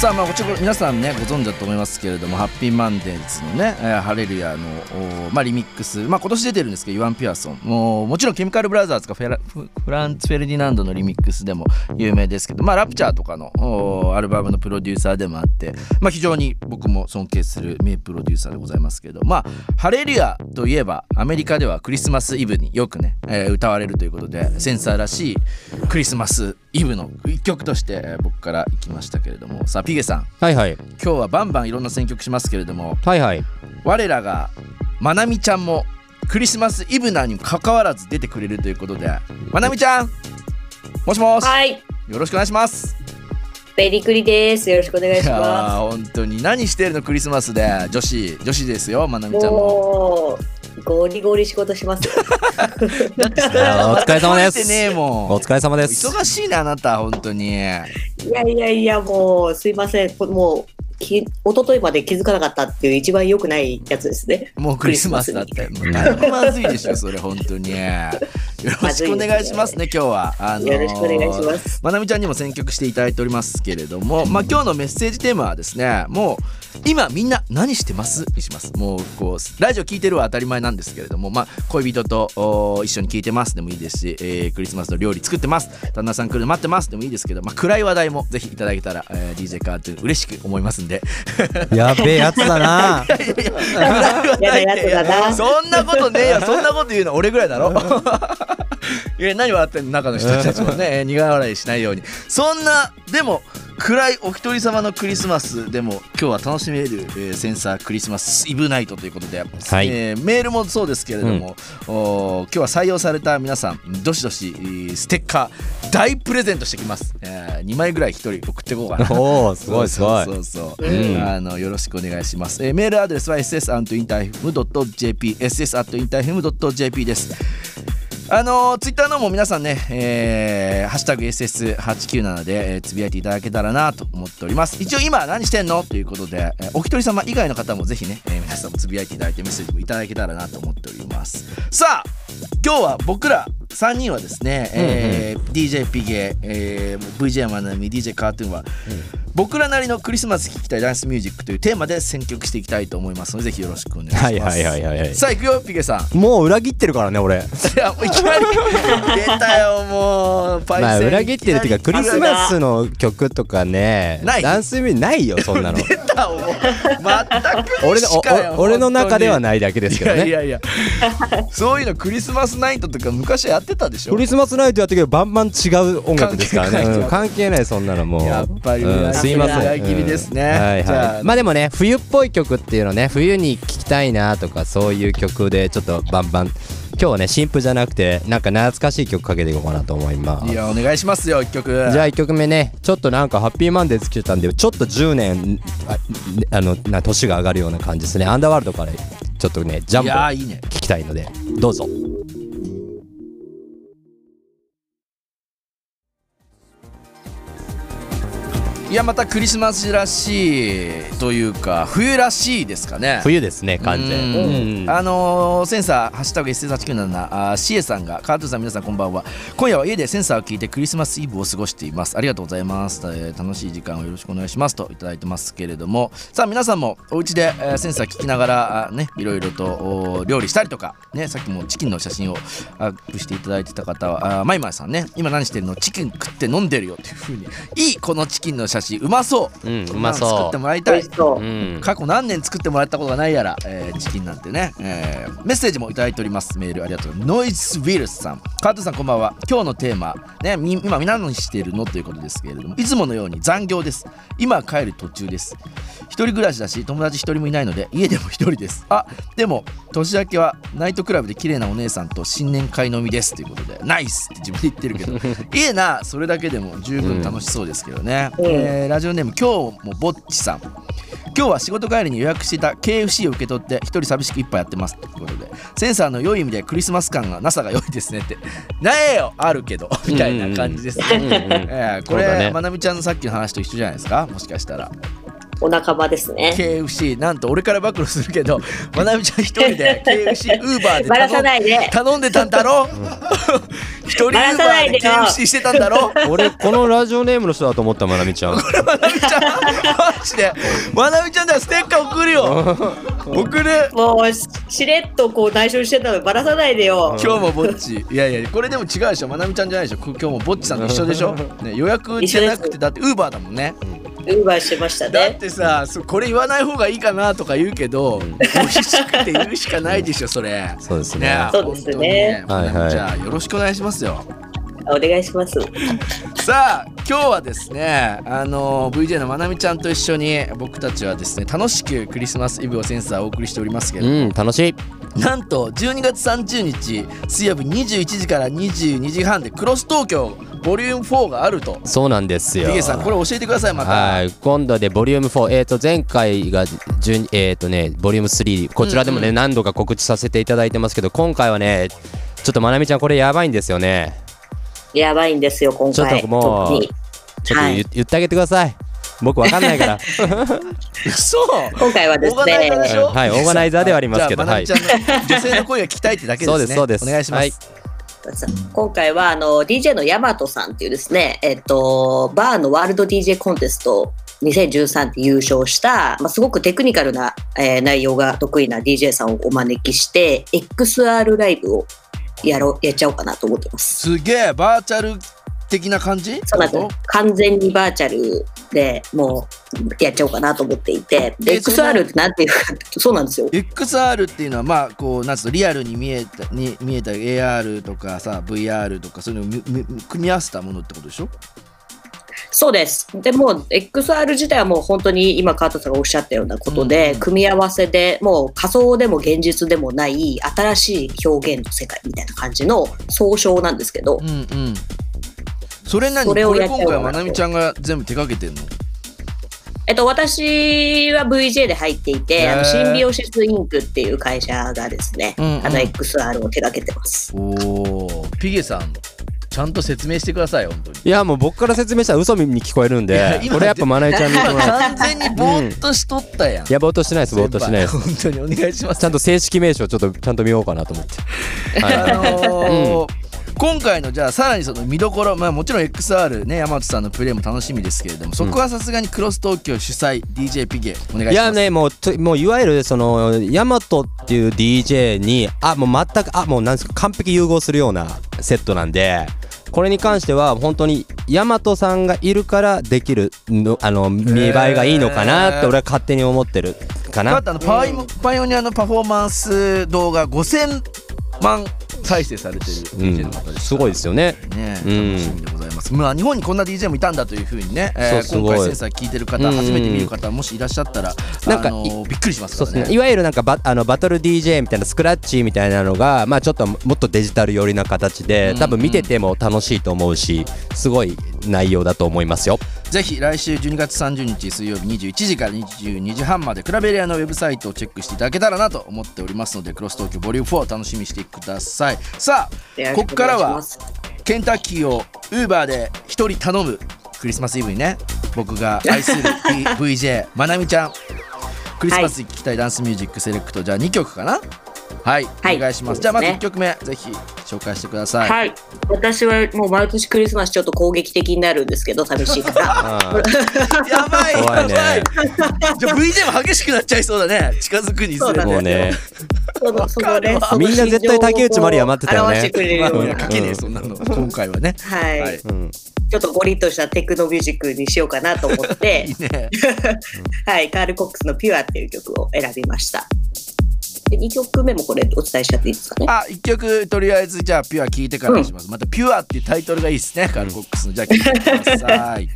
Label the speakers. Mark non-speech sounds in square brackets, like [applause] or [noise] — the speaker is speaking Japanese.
Speaker 1: さあまあこちら皆さんねご存知だと思いますけれども「ハッピーマンデーズ」のね「えーハレルヤの」おまあ、リミックス、まあ、今年出てるんですけどイワン・ピアソンもうもちろんケミカル・ブラザーズかフェラフフランツ・フェルディナンドのリミックスでも有名ですけど、まあ、ラプチャーとかのおアルバムのプロデューサーでもあって、まあ、非常に僕も尊敬する名プロデューサーでございますけど、まあ、ハレルヤといえばアメリカではクリスマスイブによくね、えー歌われるということでセンサーらしいクリスマスイブの一曲としてえー僕からいきましたけれどもさあピゲさん
Speaker 2: はいはい
Speaker 1: 今日はバンバンいろんな選曲しますけれども
Speaker 2: はいはい
Speaker 1: 我らがまなみちゃんもクリスマスイブなにもかかわらず出てくれるということでまなみちゃんもしもし、
Speaker 3: はい。
Speaker 1: よろしくお願いします
Speaker 3: ベリクリです。よろしくお願い
Speaker 1: い
Speaker 3: し
Speaker 1: やー
Speaker 3: ま
Speaker 1: 本当に何してるのクリスマスで女子女子ですよまな
Speaker 3: す。
Speaker 1: みちゃんも
Speaker 3: もう、ゴリゴリ仕事します。 [laughs]
Speaker 2: いやお疲れ様で
Speaker 1: 疲れてね
Speaker 2: す
Speaker 1: えも
Speaker 2: お
Speaker 1: ん
Speaker 2: 疲れ様です [laughs]
Speaker 1: 忙しいなあなた本当に
Speaker 3: いやいやいや、もう、すいません。こもう、き一昨日まで気づかなかったっていう一番良くないやつですね。
Speaker 1: もうクリスマスだってもうだいぶまずいでしょそれ本当によろしくお願いしますね今日はあのー
Speaker 3: よろしくお願いします。
Speaker 1: まなみちゃんにも選曲していただいておりますけれども、まあ、今日のメッセージテーマはですねもう今みんな何してますにしますもうこうラジオ聞いてるは当たり前なんですけれども、まあ、恋人とお一緒に聞いてますでもいいですし、えークリスマスの料理作ってます旦那さん来るの待ってますでもいいですけど、まあ、暗い話題もぜひいただけたら、えー DJ カートゥーン嬉しく思いますんで
Speaker 2: やべえやつだ [laughs] な
Speaker 3: やだやだな
Speaker 1: [laughs] そんなことねえよそんなこと言うの俺ぐらいだろ [laughs] いや何笑ってんの中の人たちもね苦笑いしないようにそんなでも暗いお一人様のクリスマスでも今日は楽しめる、えーセンサークリスマスイブナイトということで、
Speaker 2: はい
Speaker 1: えーメールもそうですけれども、おー今日は採用された皆さんどしどしえーステッカー大プレゼントしてきます、え2枚ぐらい1人送ってこうかな
Speaker 2: おおすごいすごい
Speaker 1: そうそうそう、
Speaker 2: うん
Speaker 1: あのよろしくお願いします。えーメールアドレスは ss@interfm.jp ss@interfm.jp です。あのツイッター Twitter の方も皆さんね、えーハッシュタグ SS897 で、えーつぶやいていただけたらなと思っております。一応今何してんのということで、えーお一人様以外の方もぜひね、えー皆さんもつぶやいていただいてメッセージもいただけたらなと思っております。さあ、今日は僕ら3人はですね、えー DJ ピゲ、えー VJ マナミ、DJ カートゥーンは、僕らなりのクリスマス聴きたいダンスミュージックというテーマで選曲していきたいと思いますので、ぜひよろしくお願いします。
Speaker 2: はいはいはいはいはい
Speaker 1: さあ、行くよ、ピゲさん。
Speaker 2: もう裏切ってるからね俺
Speaker 1: いやもういきなり出たよもうパイセン、
Speaker 2: まあ裏切ってるっていうかクリスマス
Speaker 1: の
Speaker 2: の曲とかね
Speaker 1: ない
Speaker 2: ダンスミュージックないよそん
Speaker 1: [laughs]
Speaker 2: なの
Speaker 1: 出たもう全く
Speaker 2: 俺の
Speaker 1: しかよ
Speaker 2: おお俺の中では
Speaker 1: 本
Speaker 2: ないだ
Speaker 1: 当
Speaker 2: けで
Speaker 1: に
Speaker 2: すけど
Speaker 1: い
Speaker 2: ね
Speaker 1: やいやいやそういうのクリスマスナイトとか昔やってたでしょ
Speaker 2: クリスマスナイトやったけどバンバン違う音楽ですから
Speaker 1: 関係ない
Speaker 2: ねうん関係ないそんなのもう
Speaker 1: やっぱり
Speaker 2: うんすいません
Speaker 1: 裏切りですね
Speaker 2: うんはい
Speaker 1: じゃ
Speaker 2: は
Speaker 1: あ
Speaker 2: いまあでもね冬っぽい曲っていうのね冬に聴きたいなとかそういう曲でちょっとバンバン今日はね新譜じゃなくてなんか懐かしい曲かけていこうかなと思います
Speaker 1: いやお願いしますよ一曲
Speaker 2: じゃあ1曲目ねちょっとなんか「ハッピーマンデー」つけてたんでちょっと10年あねあのな年が上がるような感じですねアンダーワールドからちょっとねジャン
Speaker 1: い
Speaker 2: プ
Speaker 1: やー
Speaker 2: 聞
Speaker 1: いいね
Speaker 2: きたいのでどうぞ
Speaker 1: いやまたクリスマスらしいというか冬らしいですかね
Speaker 2: 冬ですね完
Speaker 1: うん
Speaker 2: 全
Speaker 1: あのーセンサー、ハッシュタグ S897、あシエさんが、カートゥーさん、皆さんこんばんは。今夜は家でセンサーを聞いてクリスマスイブを過ごしています。ありがとうございます。えー楽しい時間をよろしくお願いしますといただいてますけれども、さあ皆さんもお家で、えーセンサー聞きながら、あね、いろいろとお料理したりとか、ね、さっきもチキンの写真をアップしていただいてた方は、あマイマイさんね、今何してるのチキン食って飲んでるよっていうふうに、いいこのチキンの写真、うまそう。
Speaker 2: うん
Speaker 1: こ
Speaker 2: うまそう
Speaker 1: 作ってもらい
Speaker 3: 美
Speaker 1: たい
Speaker 3: 味し。そうう。
Speaker 2: ん
Speaker 1: 過去何年作ってもらったことがないやら、えーチキンなんてね、えーメッセージもいただいておりますメールありがとうノイズウィルスさんカートさんこんばんは今日のテーマ、ね、み今皆何しているのということですけれどもいつものように残業です今帰る途中です一人暮らしだし友達一人もいないので家でも一人ですあでも年明けはナイトクラブで綺麗なお姉さんと新年会飲みですということでナイスって自分で言ってる
Speaker 3: [laughs]
Speaker 1: けどいいなそれだけでも十分楽しそうですけどね、
Speaker 3: うん
Speaker 1: えーラジオネーム今日もぼっちさん今日は仕事帰りに予約していた KFC を受け取って一人寂しく一杯やってますということでセンサーの良い意味でクリスマス感がなさが良いですねってないよあるけどみたいな感じですね、えーこ
Speaker 2: そうだ
Speaker 1: れ、
Speaker 2: ね
Speaker 1: まなみちゃんのさっきの話と一緒じゃないですかもしかしたら
Speaker 3: お仲間ですね。
Speaker 1: KFC なんと俺から暴露するけど [laughs] まなみちゃん一人で KFC ウーバーで
Speaker 3: ばらさ
Speaker 1: 頼ん
Speaker 3: ないで。
Speaker 1: 頼んでたんだろ [laughs] 一人ウーバー
Speaker 3: ばらさない
Speaker 1: で
Speaker 3: でよ
Speaker 1: KFC してたんだろ
Speaker 2: 俺このラジオネームの人だと思ったまなみちゃ
Speaker 1: [laughs]
Speaker 2: ん
Speaker 1: まなみちゃんマジでまなみちゃんだよステッカー送るよ送る
Speaker 3: もうししれっとこう内緒にしてたのばらさないでよ。
Speaker 1: 今日もぼっちいやいやこれでも違うでしょまなみちゃんじゃないでしょこ今日もぼっちさんと一緒でしょ、ね、予約じゃなくてだってウーバーだもんね
Speaker 3: ウーバーしてました
Speaker 1: だっ
Speaker 3: ね。
Speaker 1: てさそこれ言わない方がいいかなとか言うけど美味しくて言うしかないでしょそれ
Speaker 2: そうですね
Speaker 1: ね
Speaker 3: そうですね
Speaker 1: 本当に
Speaker 2: はいはい
Speaker 1: じゃあよろしくお願いしますよ
Speaker 3: お願いします。
Speaker 1: さあ今日はですねあの VJ のまなみちゃんと一緒に僕たちはですね楽しくクリスマスイブをセンサーお送りしておりますけれど
Speaker 2: うん楽しい
Speaker 1: なんと12月30日水曜日21時から22時半でクロス東京ボリューム4があると
Speaker 2: そうなんですよ
Speaker 1: DK さんこれ教えてくださいまた、
Speaker 2: はい今度でボリューム4えっ、と前回が順えっ、とねボリューム3こちらでもね、何度か告知させていただいてますけど今回はねちょっとまなみちゃんこれやばいんですよね
Speaker 3: やばいんですよ今回。
Speaker 2: ちょっともう
Speaker 3: 特に
Speaker 2: ちょっと言,、
Speaker 3: はい
Speaker 2: 言ってあげてください僕わかんな
Speaker 1: [laughs]
Speaker 2: いから
Speaker 1: 嘘
Speaker 3: 今回はで
Speaker 1: オ
Speaker 3: す
Speaker 1: ーガナイザーでし
Speaker 3: ね。
Speaker 1: ょ、
Speaker 2: はいはいオーガナイザーではありますけ
Speaker 1: じゃ
Speaker 2: ど
Speaker 1: あまなみちゃんの女性の声が聞きたいってだけですね
Speaker 2: そうですそうです
Speaker 1: お願いします、
Speaker 2: はい
Speaker 3: 今回はあの DJ のヤマトさんっていうですね、えっとバーのワールド DJ コンテスト2013で優勝した、まあ、すごくテクニカルな、えー内容が得意な DJ さんをお招きして XR ライブをやろうやっちゃおうかなと思ってます。
Speaker 1: すげえバーチャル的な感じ
Speaker 3: そうなんです完全にバーチャルでもうやっちゃおうかなと思っていて、で
Speaker 1: えそれ
Speaker 3: XR ってなんていうかそうなんですよ
Speaker 1: XR っていうのはまあこうなんつうのリアルに見えたに見えた AR とかさ VR とかそういうのをみみ組み合わせたものってことでしょ
Speaker 3: そうです。でもう XR 自体はもう本当に今川田さんがおっしゃったようなことで、
Speaker 1: うん
Speaker 3: 組み合わせでもう仮想でも現実でもない新しい表現の世界みたいな感じの総称なんですけど、
Speaker 1: うんうんそれ何
Speaker 3: それを
Speaker 1: これ
Speaker 3: やっちゃおう
Speaker 1: 今回
Speaker 3: か
Speaker 1: ま
Speaker 3: なと
Speaker 1: なみちゃんが全部手掛けてんの
Speaker 3: えっと、私は VJ で入ってい
Speaker 1: へ
Speaker 3: て、
Speaker 1: ー
Speaker 3: あのシンビオシスインクっていう会社がですね、
Speaker 1: うんうん
Speaker 3: あの XR を手掛けてます。
Speaker 1: おお、ピゲさん、ちゃんと説明してください、本当
Speaker 2: [laughs]
Speaker 1: に。
Speaker 2: いやもう僕から説明したら嘘に聞こえるん
Speaker 1: いや
Speaker 2: で
Speaker 1: 今
Speaker 2: これやっぱまなみちゃんにこの
Speaker 1: [laughs] 完全にぼーっとしとったやん。
Speaker 2: やぼうとしてないですぼう
Speaker 1: 全
Speaker 2: っと
Speaker 1: 部
Speaker 2: してないです
Speaker 1: 本当にお願いします。
Speaker 2: ちゃんと正式名称ちょっとちゃんと見ようかなと思って、はい
Speaker 1: あのー今回のじゃあさらにその見どころ、まあ、もちろん XR ね山内さんのプレーも楽しみですけれどもそこはさすがにクロス東京主催 DJ ピゲお願いします
Speaker 2: いやねもうともういわゆるそのヤマトっていう DJ にあもう全くあもうなんですか完璧融合するようなセットなんでこれに関しては本当にヤマトさんがいるからできるのあの見栄えがいいのかなって俺は勝手に思ってるか
Speaker 1: だ
Speaker 2: な
Speaker 1: ってあのパイモパイオニアのパフォーマンス動画5000万再生されてる
Speaker 2: う
Speaker 1: DJ の
Speaker 2: ん
Speaker 1: 方です、
Speaker 2: すごいですよね
Speaker 1: ね、
Speaker 2: うん
Speaker 1: 楽しみでございます、まあ日本にこんな DJ もいたんだというふうにね、えー
Speaker 2: そうす
Speaker 1: 今
Speaker 2: ごい
Speaker 1: 回センサー聞いてる方、
Speaker 2: うん
Speaker 1: 初めて見る方もしいらっしゃったら
Speaker 2: なんか
Speaker 1: あのーびっくりします
Speaker 2: そう
Speaker 1: から
Speaker 2: ですね
Speaker 1: ね
Speaker 2: いわゆるなんかバあのバトル DJ みたいなスクラッチみたいなのが、まあ、ちょっともっとデジタル寄りな形で多分見てても楽しいと思うしすごい内容だと思いますよ。
Speaker 1: ぜひ来週12月30日水曜日21時から22時半までクラベリアのウェブサイトをチェックしていただけたらなと思っておりますのでクロス東京ボリューム4楽しみにしてくださいさあここから
Speaker 3: お願
Speaker 1: はい
Speaker 3: します
Speaker 1: ケンタッキーをウーバーで一人頼むクリスマスイブにね僕
Speaker 3: [laughs]
Speaker 1: が愛する V- VJ まなみちゃんクリスマスに聴きたいダンスミュージックセレクト、じゃあ2曲かなはい、
Speaker 3: はい
Speaker 1: お願いします
Speaker 3: そうですね
Speaker 1: じゃあまず1曲目ぜひ紹介してください、
Speaker 3: はい、私はもう毎年クリスマスちょっと攻撃的になるんですけど寂しい
Speaker 1: [laughs]
Speaker 3: から
Speaker 1: やばいやば
Speaker 2: 怖
Speaker 1: い
Speaker 2: いね
Speaker 1: じゃあ VJ も激しくなっちゃいそうだね近づくにつれて
Speaker 3: そう
Speaker 2: も
Speaker 3: だ
Speaker 2: うね
Speaker 3: そのそのねその
Speaker 2: みんな絶対竹内まりや待ってたよね
Speaker 3: 表してくれる
Speaker 1: まあ
Speaker 3: よう
Speaker 1: いや
Speaker 3: な
Speaker 1: 書けねえそんなの今回はね
Speaker 3: はい、
Speaker 1: はい
Speaker 2: うん
Speaker 3: ちょっとゴリッとしたテクノミュージックにしようかなと思っ
Speaker 1: い [laughs] い、
Speaker 3: て
Speaker 1: ね
Speaker 3: はい、カール・コックスの「ピュアっていう曲を選びましたで2曲目もこれお伝えしちゃっていいですかね
Speaker 1: あ一曲とりあえずじゃあピュア聞いてからにします、またピュアっていうタイトルがいいですねカールコックスのじゃあ聞いてください